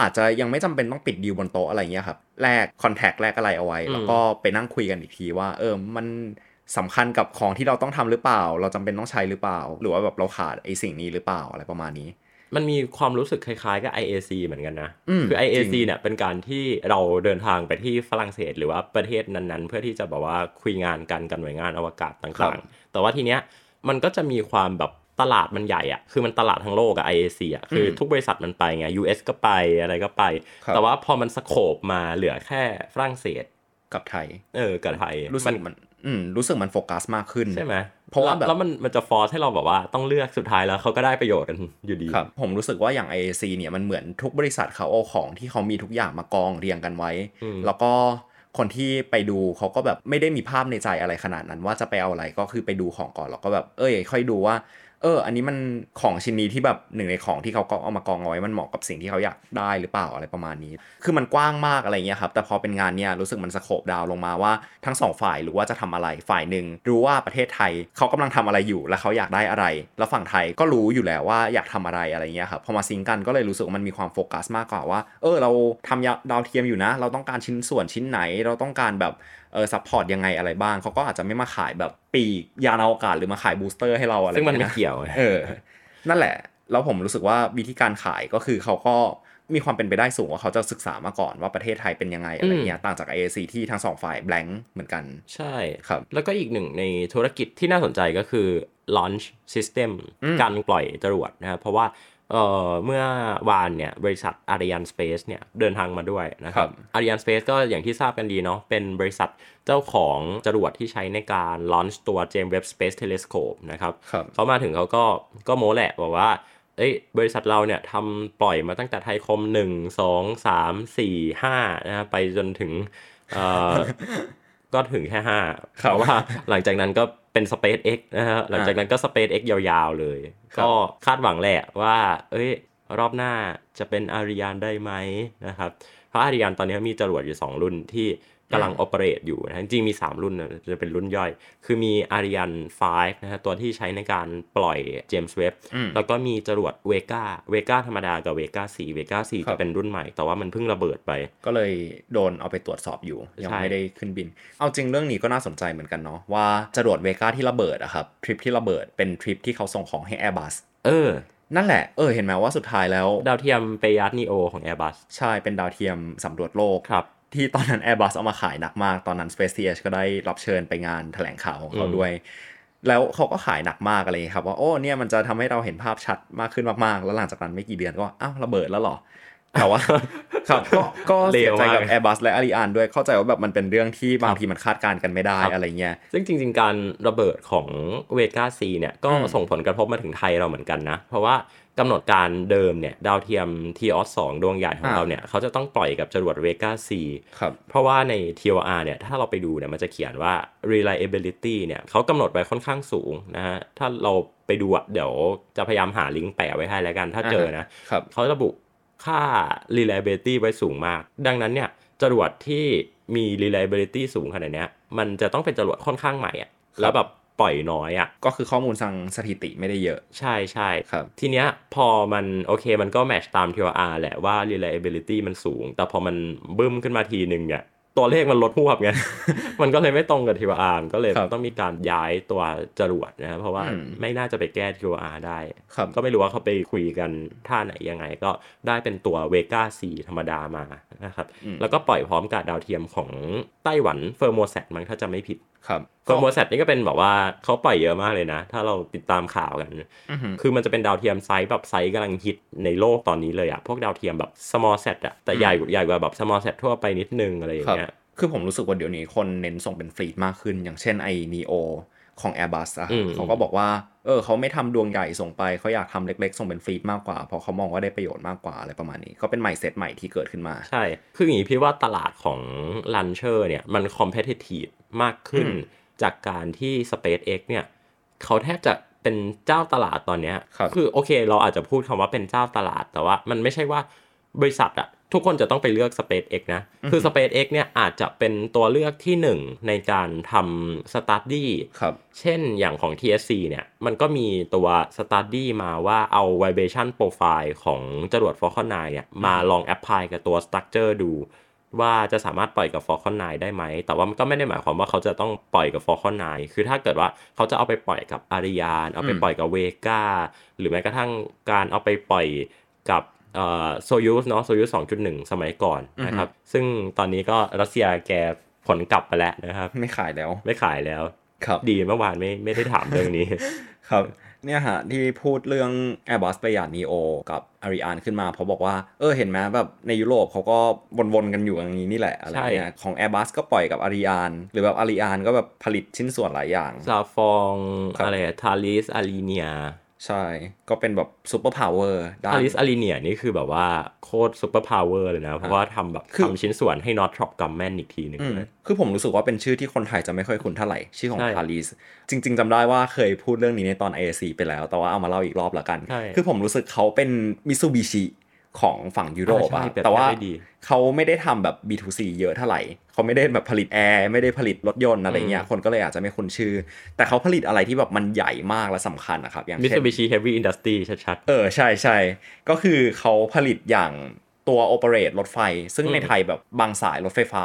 Speaker 4: อาจจะยังไม่จำเป็นต้องปิดดีลบนโต๊ะอะไรอย่างเงี้ยครับแลกคอนแทคแลกอะไรเอาไว้
Speaker 3: อืม
Speaker 4: แล้วก็ไปนั่งคุยกันอีกทีว่า เออมันสำคัญกับของที่เราต้องทำหรือเปล่า เราจำเป็นต้องใช้หรือเปล่า หรือว่าแบบเราขาดไอ้สิ่งนี้หรือเปล่าอะไรประมาณนี้
Speaker 3: มันมีความรู้สึกคล้ายๆกับ IAC เหมือนกันนะ
Speaker 4: อืม
Speaker 3: คือ IAC
Speaker 4: จริง
Speaker 3: เนี่ยเป็นการที่เราเดินทางไปที่ฝรั่งเศส หรือว่าประเทศนั้นๆ เพื่อที่จะแบบว่าคุยงานกันกับหน่วยงานอวกาศต่างๆ แต่ว่าทีเนี้ยมันก็จะมีความแบบตลาดมันใหญ่อะคือมันตลาดทั้งโลกอะ IAC อะคือทุกบริษัทมันไปไง US ก็ไปอะไรก็ไป
Speaker 4: ครับ
Speaker 3: แต่ว่าพอมันสโคบมาเหลือแค่ฝรั่งเศส
Speaker 4: กับไทย
Speaker 3: เออกับไทย
Speaker 4: รู้สึกมันอืมรู้สึกมันโฟกัสมากขึ้น
Speaker 3: ใช่ไหม
Speaker 4: เพราะว่าแบบ
Speaker 3: แล้วมันมันจะฟอร์สให้เราแบบว่าต้องเลือกสุดท้ายแล้วเขาก็ได้ประโยชน์กันอยู่ดี
Speaker 4: ครับผมรู้สึกว่าอย่าง IAC เนี่ยมันเหมือนทุกบริษัทเขาเอาของที่เขามีทุกอย่างมากองเรียงกันไว้
Speaker 3: อืม
Speaker 4: แล้วก็คนที่ไปดูเขาก็แบบไม่ได้มีภาพในใจอะไรขนาดนั้น ว่าจะไปเอาอะไรก็คือไปดูของก่อนแล้วก็แบบเอ้ยค่อยดูว่า เออ อันนี้มันของชิ้นนี้ที่แบบหนึ่งในของที่เขาก็เอามากองเอาไว้มันเหมาะกับสิ่งที่เขาอยากได้หรือเปล่าอะไรประมาณนี้ คือมันกว้างมากอะไรเงี้ยครับแต่พอเป็นงานเนี่ยรู้สึกมันสโคบดาวน์ลงมาว่าทั้งสองฝ่ายรู้ว่าจะทำอะไรฝ่ายหนึ่งรู้ว่าประเทศไทยเขากำลังทำอะไรอยู่และเขาอยากได้อะไร แล้วฝั่งไทยก็รู้อยู่แล้วว่าอยากทำอะไรอะไรเงี้ยครับพอมาซิงก์กันก็เลยรู้สึกว่ามันมีความโฟกัสมากกว่าว่า เออเราทำดาวเทียมอยู่นะ เราต้องการชิ้นส่วนชิ้นไหน เราต้องการแบบ เออซัพพอร์ตยังไงอะไรบ้าง เขาก็อาจจะไม่มาขายแบบปีกยานอวกาศหรือมาขายบูสเตอร์ให้เราอะไร
Speaker 3: ซึ่งมันไม่
Speaker 4: ะ
Speaker 3: เกี่ยวไง
Speaker 4: เออ นั่นแหละ แล้วผมรู้สึกว่าวิธีการขายก็คือเขาก็มีความเป็นไปได้สูงว่าเขาจะศึกษามาก่อนว่าประเทศไทยเป็นยังไงอะไรเงี้ยต่างจาก AAC ที่ทั้งสองฝ่าย blank เหมือนกัน
Speaker 3: ใช่
Speaker 4: ครับ
Speaker 3: แล้วก็อีกหนึ่งในธุรกิจที่น่าสนใจก็คือ launch system การปล่อยจรวดนะครับเพราะว่าเอ่อเมื่อวานเนี่ยบริษัท Ariane Space เนี่ยเดินทางมาด้วยนะครับ
Speaker 4: ครับ
Speaker 3: Ariane Space ก็อย่างที่ทราบกันดีเนาะเป็นบริษัทเจ้าของจรวดที่ใช้ในการ launch ตัว James Webb Space Telescope นะครับ
Speaker 4: ครับ
Speaker 3: เขามาถึงเขาก็ก็โม้แหละบอกว่า เอ้ยบริษัทเราเนี่ยทำปล่อยมาตั้งแต่ไทยคม 1 2 3 4 5นะฮะไปจนถึงเอ่ อ ก็ถึงแค่ 5
Speaker 4: ครับ
Speaker 3: เพราะว่า หลังจากนั้นก็เป็น SpaceX นะฮะหลังจากนั้นก็ SpaceX ยาวๆเลย
Speaker 4: ครับ
Speaker 3: ก็คาดหวังแหละว่า เอ้ย รอบหน้าจะเป็นอาริยานได้ไหมนะครับ เพราะอาริยานตอนนี้มีจรวดอยู่ 2 รุ่นที่กำลัง o อ e r a t e อยู่นะจริงๆมี 3 รุ่นนะจะเป็นรุ่นย่อย คือมีอาริยาน5นะฮะตัวที่ใช้ในการปล่อยเจมส์เว็บ
Speaker 4: อืม
Speaker 3: แล้วก็มีจรวดเวก้าเวก้าธรรมดากับเวก้า4เวก้า
Speaker 4: ครั
Speaker 3: 4
Speaker 4: บ
Speaker 3: จะเป็นรุ่นใหม่ แต่ว่ามันเพิ่งระเบิดไป
Speaker 4: ก็เลยโดนเอาไปตรวจสอบอยู่ ยัง
Speaker 3: ใช่
Speaker 4: ไม่ได้ขึ้นบิน เอาจริงเรื่องนี้ก็น่าสนใจเหมือนกันเนาะว่าจรวดเวก้าที่ระเบิดอะครับทริปที่ระเบิดเป็นทริปที่เขาส่งของให้ Airbus
Speaker 3: เออ
Speaker 4: นั่นแหละเออเห็นไหมว่าสุดท้ายแล้ว
Speaker 3: ดาวเทียมเปยาร์ดนีโอของ Airbus
Speaker 4: ใช่ เป็นดาวเทียมสำรวจโลก
Speaker 3: ครับ
Speaker 4: ที่ตอนนั้น Airbus เอามาขายหนักมาก ตอนนั้น Space TH ก็ได้รับเชิญไปงานแถลงข่าวของเขา
Speaker 3: อืม
Speaker 4: ด้วย แล้วเขาก็ขายหนักมากอะไรอย่างเงี้ยครับ ว่า โอ้เนี่ยมันจะทำให้เราเห็นภาพชัดมากขึ้นมาก ๆ แล้วหลังจากนั้นไม่กี่เดือนก็อ้าวระเบิดแล้วเหรอ แต่ว่า ครับก็ก็เสียใจกับ Airbus และ Ariane ด้วยเข้าใจว่าแบบมันเป็นเรื่องที่บางทีมันคาดการณ์กันไม่ได้อะไรเงี้ย
Speaker 3: ซึ่งจริง ๆ การระเบิดของเวก้าซีเนี่ยก็
Speaker 4: อืม
Speaker 3: ส่งผลกระทบมาถึงไทยเราเหมือนกันนะ เพราะว่ากำหนดการเดิมเนี่ยดาวเทียมทีออสสดวงใหญ่ของเราเนี่ยเขาจะต้องปล่อยกับจรวดเวก้าซี
Speaker 4: ครับ
Speaker 3: เพราะว่าใน TOR เนี่ยถ้าเราไปดูเนี่ยมันจะเขียนว่า reliability เนี่ยเขากำหนดไว้ค่อนข้างสูงนะฮะถ้าเราไปดูอะเดี๋ยวจะพยายามหาลิงก์แปะไว้ให้แล้วกันถ้าเจอนะ
Speaker 4: ครับ
Speaker 3: เขาระบุค่า reliability ไว้สูงมาก ดังนั้นเนี่ยจรวดที่มี reliability สูงขนาดเนี้ย มันจะต้องเป็นจรวดค่อนข้างใหม่อะแล้วแบบปล่อยน้อยอะ
Speaker 4: ก็คือข้อมูลทางสถิติไม่ได้เยอะ
Speaker 3: ใช่ใช่
Speaker 4: ครับ
Speaker 3: ทีเนี้ยพอมันโอเคมันก็แมทชตาม TOR แหละว่า reliability มันสูง แต่พอมันบึ้มขึ้นมาทีหนึ่งเนี่ย ตัวเลขมันลดหวบไง มันก็เลยไม่ตรงกับ TOR มันก็เลย
Speaker 4: ครับ
Speaker 3: ต้องมีการย้ายตัวจรวดนะครับเพราะว่า
Speaker 4: อืม
Speaker 3: ไม่น่าจะไปแก้ TOR ได้
Speaker 4: ครับ
Speaker 3: ก็ไม่รู้ว่าเขาไปคุยกันท่าไหนยังไง ก็ได้เป็นตัวเวก้าซีธรรมดามานะครับ
Speaker 4: อืม
Speaker 3: แล้วก็ปล่อยพร้อมกับดาวเทียมของไต้หวันเฟอร์โมแซตมั้งถ้าจะไม่ผิด
Speaker 4: ครับ
Speaker 3: เฟอร์โมแซตนี่ก็เป็นแบบว่าเขาปล่อยเยอะมากเลยนะ ถ้าเราติดตามข่าวกัน
Speaker 4: อือหือ
Speaker 3: คือมันจะเป็นดาวเทียมไซส์แบบไซส์กำลังฮิตในโลกตอนนี้เลยอะพวกดาวเทียมแบบ small set อะแต่ใหญ่กว่าใหญ่กว่าแบบ small set ทั่วไปนิดนึงอะไรอย่างเงี้ย
Speaker 4: คือผมรู้สึกว่าเดี๋ยวนี้คนเน้นส่งเป็นฟลีตมากขึ้น อย่างเช่นไอ้ neo ของ Airbus อะ
Speaker 3: อืม
Speaker 4: เขาก็บอกว่า เออเขาไม่ทำดวงใหญ่ส่งไปเขาอยากทำเล็กๆ ส่งเป็นฟลีตมากกว่า เพราะเขามองว่าได้ประโยชน์มากกว่าอะไรประมาณนี้ก็เป็นใหม่เซตใหม่ที่เกิดขึ้นมา
Speaker 3: ใช่ คืออย่างนี้พี่ว่าตลาดของลันเชอร์เนี่ยมันคอมเพ t i ทีฟมากขึ้น
Speaker 4: อืม
Speaker 3: จากการที่ SpaceX เนี่ยเขาแทบจะเป็นเจ้าตลาดตอนเนี้ย
Speaker 4: ครับ
Speaker 3: อโอเค เราอาจจะพูดคำว่าเป็นเจ้าตลาดแต่ว่ามันไม่ใช่ว่าบริษัทอะทุกคนจะต้องไปเลือก SpaceX นะ คือ SpaceX เนี่ยอาจจะเป็นตัวเลือกที่หนึ่งในการทำ Study
Speaker 4: ครับ
Speaker 3: เช่นอย่างของ TSC เนี่ยมันก็มีตัว Study มาว่าเอา Vibration Profile ของจรวด Falcon 9เนี่ยมาลองแอ p พลายกับตัว Structure ดู ว่าจะสามารถปล่อยกับ Falcon 9 ได้ไหม แต่ว่ามันก็ไม่ได้หมายความว่าเขาจะต้องปล่อยกับ Falcon 9 คือถ้าเกิดว่าเขาจะเอาไปปล่อยกับอารยาน เอาไป
Speaker 4: อืม
Speaker 3: ปล่อยกับเวกาหรือแม้กระทั่งการเอาไปปล่อยกับโซยูสเนาะโซยูส2.1 สมัยก่อนนะครับ ซึ่งตอนนี้ก็รัสเซียแกผลกลับไปแล้วนะครับ
Speaker 4: ไม่ขายแล้ว
Speaker 3: ไม่ขายแล้ว
Speaker 4: ครับ
Speaker 3: ดีเมื่อวานไม่ไม่ได้ถามเรื่องนี้
Speaker 4: ครับเนี่ยฮะที่พูดเรื่อง Airbus ประหยัด Neo กับ Ariane ขึ้นมาเพราะบอกว่า เออเห็นไหมแบบในยุโรปเขาก็วนๆกันอยู่อย่างนี้นี่แหละอะไร
Speaker 3: ใช่
Speaker 4: เนี่ยของ Airbus ก็ปล่อยกับ Ariane หรือแบบ Ariane ก็แบบผลิตชิ้นส่วนหลายอย่าง
Speaker 3: ซาฟอง
Speaker 4: ครับ
Speaker 3: อะไรทาริสอารีเนีย
Speaker 4: ใช่ก็เป็นแบบซูเปอร์พาวเวอร์ด้า
Speaker 3: ทาน ริสอารีเนียนี่คือแบบว่าโคตรซุปเปอร์พาวเวอร์เลยนะ เพราะว่าทำแบบ
Speaker 4: คือ
Speaker 3: ทำชิ้นส่วนให้น็อตทรอปกัมแมนอีกทีหนึ่ง
Speaker 4: อืม
Speaker 3: เลย
Speaker 4: คือผมรู้สึกว่าเป็นชื่อที่คนไทยจะไม่ค่อยคุ้นเท่าไหร่ ชื่อของ
Speaker 3: ใช่
Speaker 4: พารีสจริง ๆจำได้ว่าเคยพูดเรื่องนี้ในตอน AAC ไปแล้ว แต่ว่าเอามาเล่าอีกรอบละกัน
Speaker 3: ใช่
Speaker 4: คือผมรู้สึกเขาเป็นมิซูบิชิของฝั่งยุโรป
Speaker 3: อ่า
Speaker 4: อะ
Speaker 3: ใช่เปรียบ
Speaker 4: แต่ว่า
Speaker 3: เทียบได้ดี
Speaker 4: เขาไม่ได้ทำแบบ B2C เยอะเท่าไหร่ เขาไม่ได้แบบผลิตแอร์ไม่ได้ผลิตรถยนต์อะไรเงี้ย
Speaker 3: อืม
Speaker 4: คนก็เลยอาจจะไม่คุ้นชื่อ แต่เขาผลิตอะไรที่แบบมันใหญ่มากและสำคัญนะครับอย่าง
Speaker 3: มิส
Speaker 4: เช่
Speaker 3: ซู
Speaker 4: น
Speaker 3: บิชิเฮฟวี่อินดัสทรีชัด
Speaker 4: เออใช่ใช่ก็คือเขาผลิตอย่างตัวโอเปเรตรถไฟ ซึ่ง
Speaker 3: อืม
Speaker 4: ในไทยแบบบางสายรถไฟฟ้า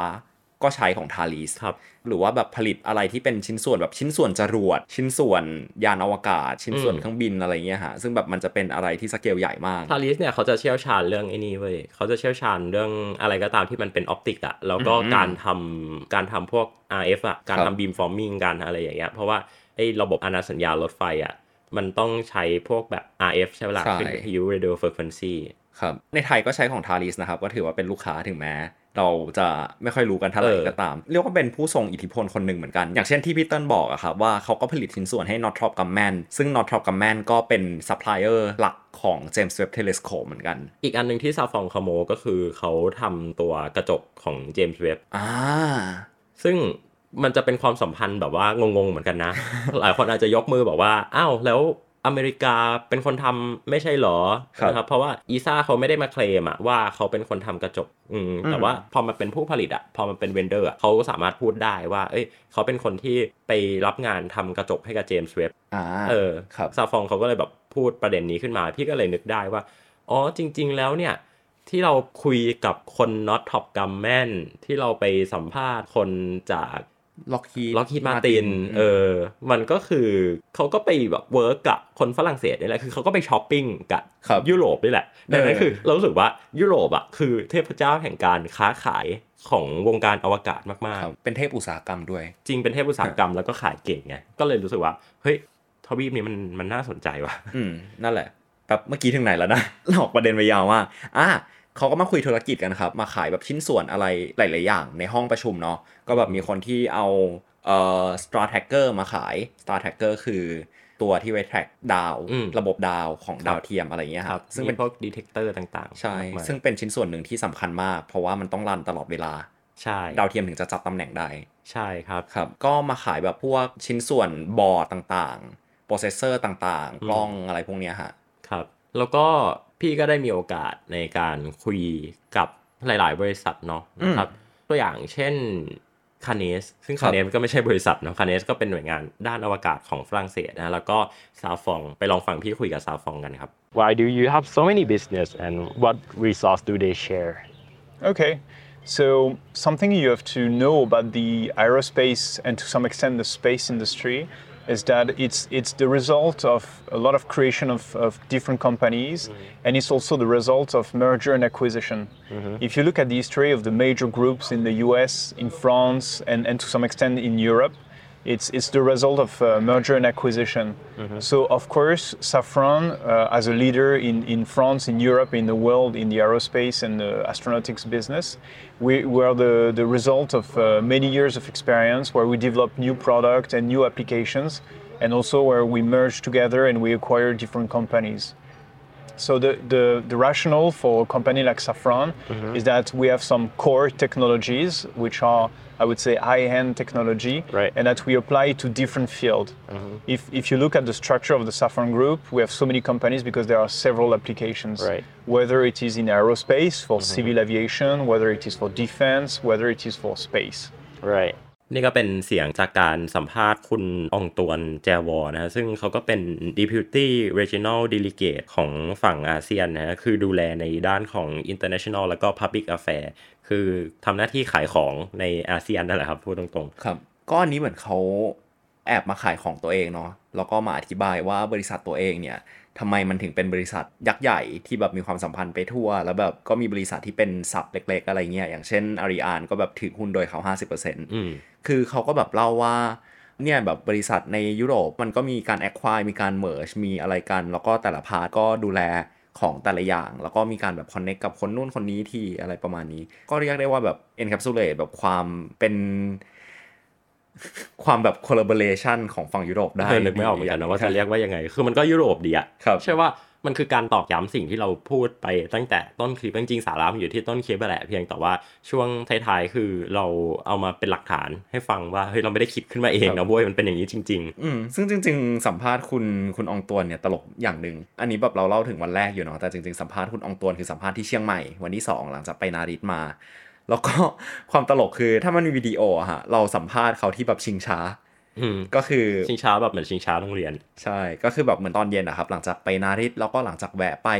Speaker 4: ก็ใช้ของทาลีส
Speaker 3: ครับ
Speaker 4: หรือว่าแบบผลิตอะไรที่เป็นชิ้นส่วนแบบชิ้นส่วนจรวด ชิ้นส่วนยานอวกาศ ชิ้นส่วน
Speaker 3: อืม
Speaker 4: เครื่องบินอะไรเงี้ยฮะซึ่งแบบมันจะเป็นอะไรที่สเกลใหญ่มาก
Speaker 3: ๆทาริสเนี่ยเขาจะเชี่ยวชาญเรื่องไอ้นี่เว้ยเขาจะเชี่ยวชาญเรื่องอะไรก็ตามที่มันเป็นออปติกอะแล้วก็
Speaker 4: อืม
Speaker 3: การทำการทำพวก RF อะการ
Speaker 4: ครับ
Speaker 3: ทำบีมฟอร์มิงการอะไรอย่างเงี้ยเพราะว่าไอ้ระบบอนาสัญญารถไฟอะมันต้องใช้พวกแบบ RF ใช่ไหมล่ะเป็นวิทยุเรดิโอเฟอร์ควนซี
Speaker 4: ครับในไทยก็ใช้ของทาริสนะครับก็ถือว่าเป็นลูกค้าถึงแม้ เราจะไม่ค่อยรู้กันเท่าไหร่
Speaker 3: เออ
Speaker 4: ก็ตาม เรียกว่าเป็นผู้ทรงอิทธิพลคนหนึ่งเหมือนกัน อย่างเช่นที่พี่เติ้ลบอกอะครับว่าเขาก็ผลิตชิ้นส่วนให้ Northrop Grumman ซึ่ง Northrop Grumman ก็เป็นซัพพลายเออร์หลักของ James Webb Telescope เหมือนกัน
Speaker 3: อีกอันหนึ่งที่ซาฟองขโมยก็คือเขาทำตัวกระจกของเจมส์เว็บ
Speaker 4: อ่า
Speaker 3: ซึ่งมันจะเป็นความสัมพันธ์แบบว่างงๆเหมือนกันนะ หลายคนอาจจะยกมือบอกว่า อ้าวแล้วอเมริกาเป็นคนทำไม่ใช่เหรอนะครับเพราะว่าอีซ่าเขาไม่ได้มาเคลมอะว่าเขาเป็นคนทำกระจกอืมแต่ว่าพอมันเป็นผู้ผลิตอะพอมันเป็นเวนเดอร์อะเขาสามารถพูดได้ว่า เอ้ยเขาเป็นคนที่ไปรับงานทำกระจกให้กับเจมส์เว็บ
Speaker 4: อ่า
Speaker 3: เออ
Speaker 4: ครับ
Speaker 3: ซาฟองเขาก็เลยแบบพูดประเด็นนี้ขึ้นมา พี่ก็เลยนึกได้ว่า อ๋อจริง ๆ แล้วเนี่ย ที่เราคุยกับคนน็อตท็อปกัมแมนที่เราไปสัมภาษณ์คนจาก
Speaker 4: ล็อกฮี
Speaker 3: ล็อกฮีมาตินเออมันก็คือเขาก็ไปแบบเวิร์กกับคนฝรั่งเศสนี่แหละคือเขาก็ไปช้อปปิ้งกับ
Speaker 4: ครับ
Speaker 3: ยุโรปนี่แหละดังนั้น
Speaker 4: เออ
Speaker 3: คือเรารู้สึกว่ายุโรปอะคือเทพเจ้าแห่งการค้าขายของวงการอวกาศมาก
Speaker 4: ครับเป็นเทพอุตสาหกรรมด้วย
Speaker 3: ๆ จริงเป็นเทพอุตสาหกรรมแล้วก็ขายเก่งไงก็เลยรู้สึกว่าเฮ้ยทวีปนี้มันมันน่าสนใจว่ะ
Speaker 4: อืม นั่นแหละแบบเมื่อกี้ถึงไหนแล้วนะ หลอกประเด็นไปยาวมากอ่ะเขาก็มาคุยธุรกิจกันครับ มาขายแบบชิ้นส่วนอะไรหลาย ๆ อย่างในห้องประชุมเนาะ ก็แบบมีคนที่เอาเอ่อ Star Tracker มาขาย Star Tracker คือตัวที่ไว้ track ดาว
Speaker 3: อืม
Speaker 4: ระบบดาวของดาวเทียมอะไรอย่างเงี้ยครับ
Speaker 3: ซึ่
Speaker 4: ซึ่
Speaker 3: ง
Speaker 4: ง
Speaker 3: เป็
Speaker 4: เป็น น
Speaker 3: พวกดีเท c เตอร์ต่างๆ
Speaker 4: ใช่
Speaker 3: มากมาย
Speaker 4: ซึ่งเป็นชิ้นส่วนหนึ่งที่สำคัญมาก เพราะว่ามันต้องรันตลอดเวลา
Speaker 3: ใช่
Speaker 4: ดาวเทียมถึงจะจับตำแหน่งได้
Speaker 3: ใช่ครับ
Speaker 4: ครับ ก็มาขายแบบพวกชิ้นส่วนบอร์ดต่าง ๆ โปรเซสเซอร์ต่าง
Speaker 3: อืม
Speaker 4: ๆ กล้องอะไรพวกเนี้ยฮะ
Speaker 3: ครับ แล้วก็พี่ก็ได้มีโอกาสในการคุยกับหลาย ๆ บริษัทเนาะนะครับ ตัวอย่างเช่นคาเนสซึ่ง
Speaker 4: ครั
Speaker 3: คา
Speaker 4: บ
Speaker 3: เนสก็ไม่ใช่บริษัทเนาะคาเนสก็เป็นหน่วยงานด้านอวกาศของฝรั่งเศสนะแล้วก็ซาฟองไปลองฟังพี่คุยกับซาฟองกันครับ
Speaker 5: Why do you have so many business and what resource do they share?
Speaker 6: Okay, so something you have to know about the aerospace and to some extent the space industry is that it's it's the result of a lot of creation of, of different companies and it's also the result of merger and acquisition. If you look at the history of the major groups in the US, in France, and, and to some extent in Europe, it's, it's the result of uh, merger and acquisition. So, of course, Safran, uh, as a leader in, in France, in Europe, in the world, in the aerospace and the astronautics business, we, we are the, the result of uh, many years of experience where we develop new products and new applications, and also where we merge together and we acquire different companies. So the, the, the rationale for a company like Safran
Speaker 5: Mm-hmm.
Speaker 6: is that we have some core technologies, which are, I would say, high-end technology,
Speaker 5: Right. Mm-hmm.
Speaker 6: and that we apply to different fields. If, if you look at the structure of the Safran group, we have so many companies because there are several applications.
Speaker 5: Right. Mm-hmm.
Speaker 6: Whether it is in aerospace, for civil aviation, whether it is for defense, whether it is for space.
Speaker 5: Right.
Speaker 3: นี่ก็เป็นเสียงจากการสัมภาษณ์คุณอองตวนแจวอนะฮะซึ่งเขาก็เป็น Deputy Regional Delegate ของฝั่งอาเซียนนะฮะคือดูแลในด้านของ International แล้วก็ Public Affair คือทำหน้าที่ขายของในอาเซียนนั่นแหละครับ พูดตรง
Speaker 4: ครับก็อันนี้เหมือนเขาแอบมาขายของตัวเองเนาะแล้วก็มาอธิบายว่าบริษัทตัวเองเนี่ยทำไมมันถึงเป็นบริษัทยักษ์ใหญ่ที่แบบมีความสัมพันธ์ไปทั่ว แล้วแบบก็มีบริษัทที่เป็นซับเล็ก ๆ อะไรเงี้ยอย่างเช่นอาริอานก็แบบถือหุ้นโดยเขา 50%
Speaker 3: ๆ อืม
Speaker 4: คือเขาก็แบบเล่าว่าเนี่ยแบบบริษัทในยุโรปมันก็มีการแอคควายมีการเมิร์ชมีอะไรกัน แล้วก็แต่ละพาร์ทก็ดูแลของแต่ละอย่าง แล้วก็มีการแบบคอนเน็กกับคนนู่นคนนี้ที่อะไรประมาณนี้ ก็เรียกได้ว่าแบบ encapsulate แบบความเป็น ความแบบ collaboration ของฝั่งยุโรปได้
Speaker 3: เออนึกไม่ออกเหมือนกันนะว่าจะเรียกว่ายังไง คือมันก็ยุโรปดีอะ
Speaker 4: ครับ
Speaker 3: ใช่ว่ามันคือการตอกย้ำสิ่งที่เราพูดไปตั้งแต่ต้นคลิปจริงๆสาระมันอยู่ที่ต้นคลิปแหละเพียงแต่ว่าช่วงท้ายๆคือเราเอามาเป็นหลักฐานให้ฟังว่าเฮ้ยเราไม่ได้คิดขึ้นมาเอง
Speaker 4: ครั
Speaker 3: นะ
Speaker 4: บ
Speaker 3: เว้ยมันเป็นอย่างนี้จริง
Speaker 4: อืมซึ่งจริง ๆ สัมภาษณ์คุณคุณอองตวนเนี่ยตลกอย่างหนึ่งอันนี้แบบเราเล่าถึงวันแรกอยู่เนาะแต่จริง ๆ สัมภาษณ์คุณอองตวนคือสัมภาษณ์ที่เชียงใหม่วันที่ 2 หลังจากไปนาริตมา แล้วก็ ความตลกคือถ้ามันมีวิดีโออะฮะเราสัมภาษณ์เขาที่แบบชิงช้า
Speaker 3: ๆ อืม
Speaker 4: ก็คือ
Speaker 3: ชิงช้าแบบเหมือนชิงช้าโรงเรียน
Speaker 4: ใช่ก็คือแบบเหมือนตอนเย็นอะครับหลังจากไปนาริตแล้วก็หลังจากแวะไป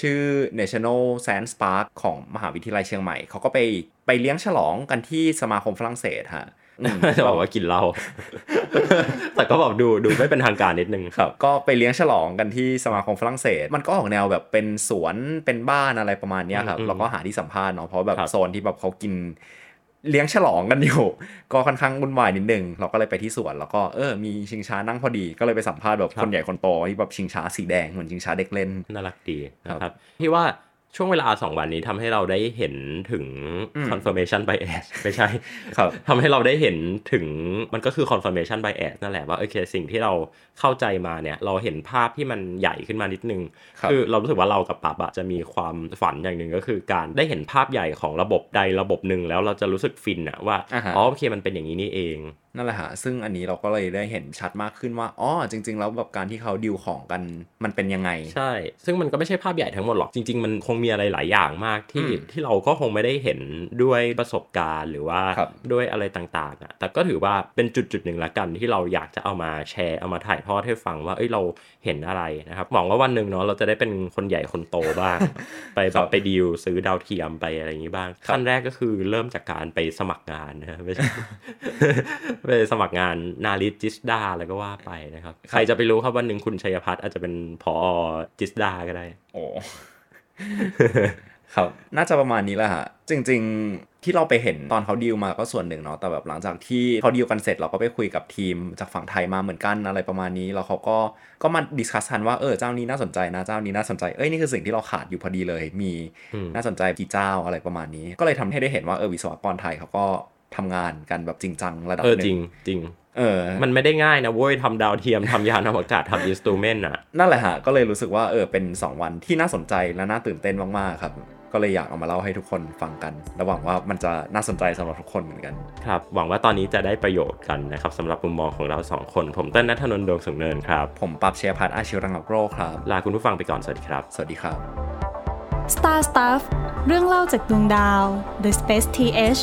Speaker 4: ชื่อ National Science Park ของมหาวิทยาลัยเชียงใหม่เขาก็ไปไปเลี้ยงฉลองกันที่สมาคมฝรั่งเศสฮะอืม
Speaker 3: จะบอกว่ากินเหล้า แต่ก็แบบดูดูไม่เป็นทางการนิดนึงครับ
Speaker 4: ก็ไปเลี้ยงฉลองกันที่สมาคมฝรั่งเศส มันก็ออกแนวแบบเป็นสวนเป็นบ้านอะไรประมาณเนี้ยครับ
Speaker 3: อืม
Speaker 4: แล้วก็หาที่สัมภาษณ์เนาะเพราะแบบ
Speaker 3: ครับ
Speaker 4: โซนที่แบบเขากินเลี้ยงฉลองกันอยู่ ก็ค่อนข้างวุ่นวายนิดนึงเราก็เลยไปที่สวนแล้วก็เออมีชิงช้านั่งพอดี ก็เลยไปสัมภาษณ์แบบคนใหญ่คนโตที่แบบชิงช้าสีแดงเหมือนชิงช้าเด็กเล่น
Speaker 3: น่ารักดีนะค
Speaker 4: ครั
Speaker 3: รับบ พี่ว่าช่วงเวลา 2 วันนี้ทำให้เราได้เห็นถึง
Speaker 4: อืม
Speaker 3: confirmation bias ไม่ใช่
Speaker 4: ครับ
Speaker 3: ทำให้เราได้เห็นถึงมันก็คือ confirmation bias นั่นแหละว่าโอเคสิ่งที่เราเข้าใจมาเนี่ยเราเห็นภาพที่มันใหญ่ขึ้นมานิดนึง
Speaker 4: ครับ
Speaker 3: อเรารู้สึกว่าเรากับปับอะจะมีความฝันอย่างหนึ่งก็คือการได้เห็นภาพใหญ่ของระบบใดระบบหนึ่งแล้วเราจะรู้สึกฟินอะว่า
Speaker 4: อ่าฮะ
Speaker 3: อ๋อโอเคมันเป็นอย่างนี้นี่เอง
Speaker 4: นั่นแหละฮะซึ่งอันนี้เราก็เลยได้เห็นชัดมากขึ้นว่าอ๋อจริง ๆ แล้วแบบการที่เขาดิวของกันมันเป็นยังไง
Speaker 3: ใช่ ซึ่งมันก็ไม่ใช่ภาพใหญ่ทั้งหมดหรอก จริง ๆ มันคงมีอะไรหลายอย่างมากที่
Speaker 4: อืม
Speaker 3: ที่เราก็คงไม่ได้เห็นด้วยประสบการณ์หรือว่า
Speaker 4: ครับ
Speaker 3: ด้วยอะไรต่างๆอ่ะ แต่ก็ถือว่าเป็นจุดจุดๆหนึ่งละกันที่เราอยากจะเอามาแชร์ เอามาถ่ายทอดให้ฟังว่า เอ้ยเราเห็นอะไรนะครับ หวังว่าวันหนึ่งเนาะเราจะได้เป็นคนใหญ่คนโตบ้าง ไปแบบไปดีลซื้อดาวเทียมไปอะไรอย่างนี้บ้าง ขั้นแรกก็คือเริ่มจากการไปสมัครงานนะฮะไม่ใช่ ไปสมัครงานนาริจิสดาแล้วก็ว่าไปนะครับ ใครจะไปรู้ครับวันหนึ่งคุณชัยพัฒน์อาจจะเป็นพอจิสดาก็ได้
Speaker 4: โอ้ ครับ น่าจะประมาณนี้แหละฮะ จริง ๆ ที่เราไปเห็นตอนเขาดีลมาก็ส่วนหนึ่งเนาะ แต่แบบหลังจากที่เขาดีลกันเสร็จเราก็ไปคุยกับทีมจากฝั่งไทยมาเหมือนกันอะไรประมาณนี้ แล้วเขาก็ก็มาดิสคัสกันว่าเออเจ้านี้น่าสนใจนะ เจ้านี้น่าสนใจ เอ้ยนี่คือสิ่งที่เราขาดอยู่พอดีเลย มี
Speaker 3: อืม
Speaker 4: น่าสนใจกี่เจ้าอะไรประมาณนี้ ก็เลยทำให้ได้เห็นว่าเออวิศวกรไทยเขาก็ทำงานกันแบบจริงจังระดับ
Speaker 3: เออ
Speaker 4: ห
Speaker 3: จริ
Speaker 4: นึ่
Speaker 3: ง
Speaker 4: ง
Speaker 3: จริง
Speaker 4: เออ
Speaker 3: มันไม่ได้ง่ายนะเว้ยทำดาวเทียม ทำยานอวกาศทำอินสตูเมนต์อ่ะ
Speaker 4: นั่นแหละฮะ ก็เลยรู้สึกว่าเออเป็น 2 วันที่น่าสนใจและน่าตื่นเต้นมาก ๆ ครับ ก็เลยอยากเอามาเล่าให้ทุกคนฟังกัน ระหวังว่ามันจะน่าสนใจสำหรับทุกคนเหมือนกัน
Speaker 3: ครับ หวังว่าตอนนี้จะได้ประโยชน์กันนะครับสำหรับมุมมองของเราสองคน ผมเต้นนัทนนท์ดวงสุงเนินครับ
Speaker 4: ผมปรับเชียร์พัฒน์อาชิวรังกับโรคครับ
Speaker 3: ลาคุณผู้ฟังไปก่อนสวัสดีครับ
Speaker 4: สวัสดีครับ
Speaker 2: Star Stuff เรื่องเล่าจากดวงดาว The Space TH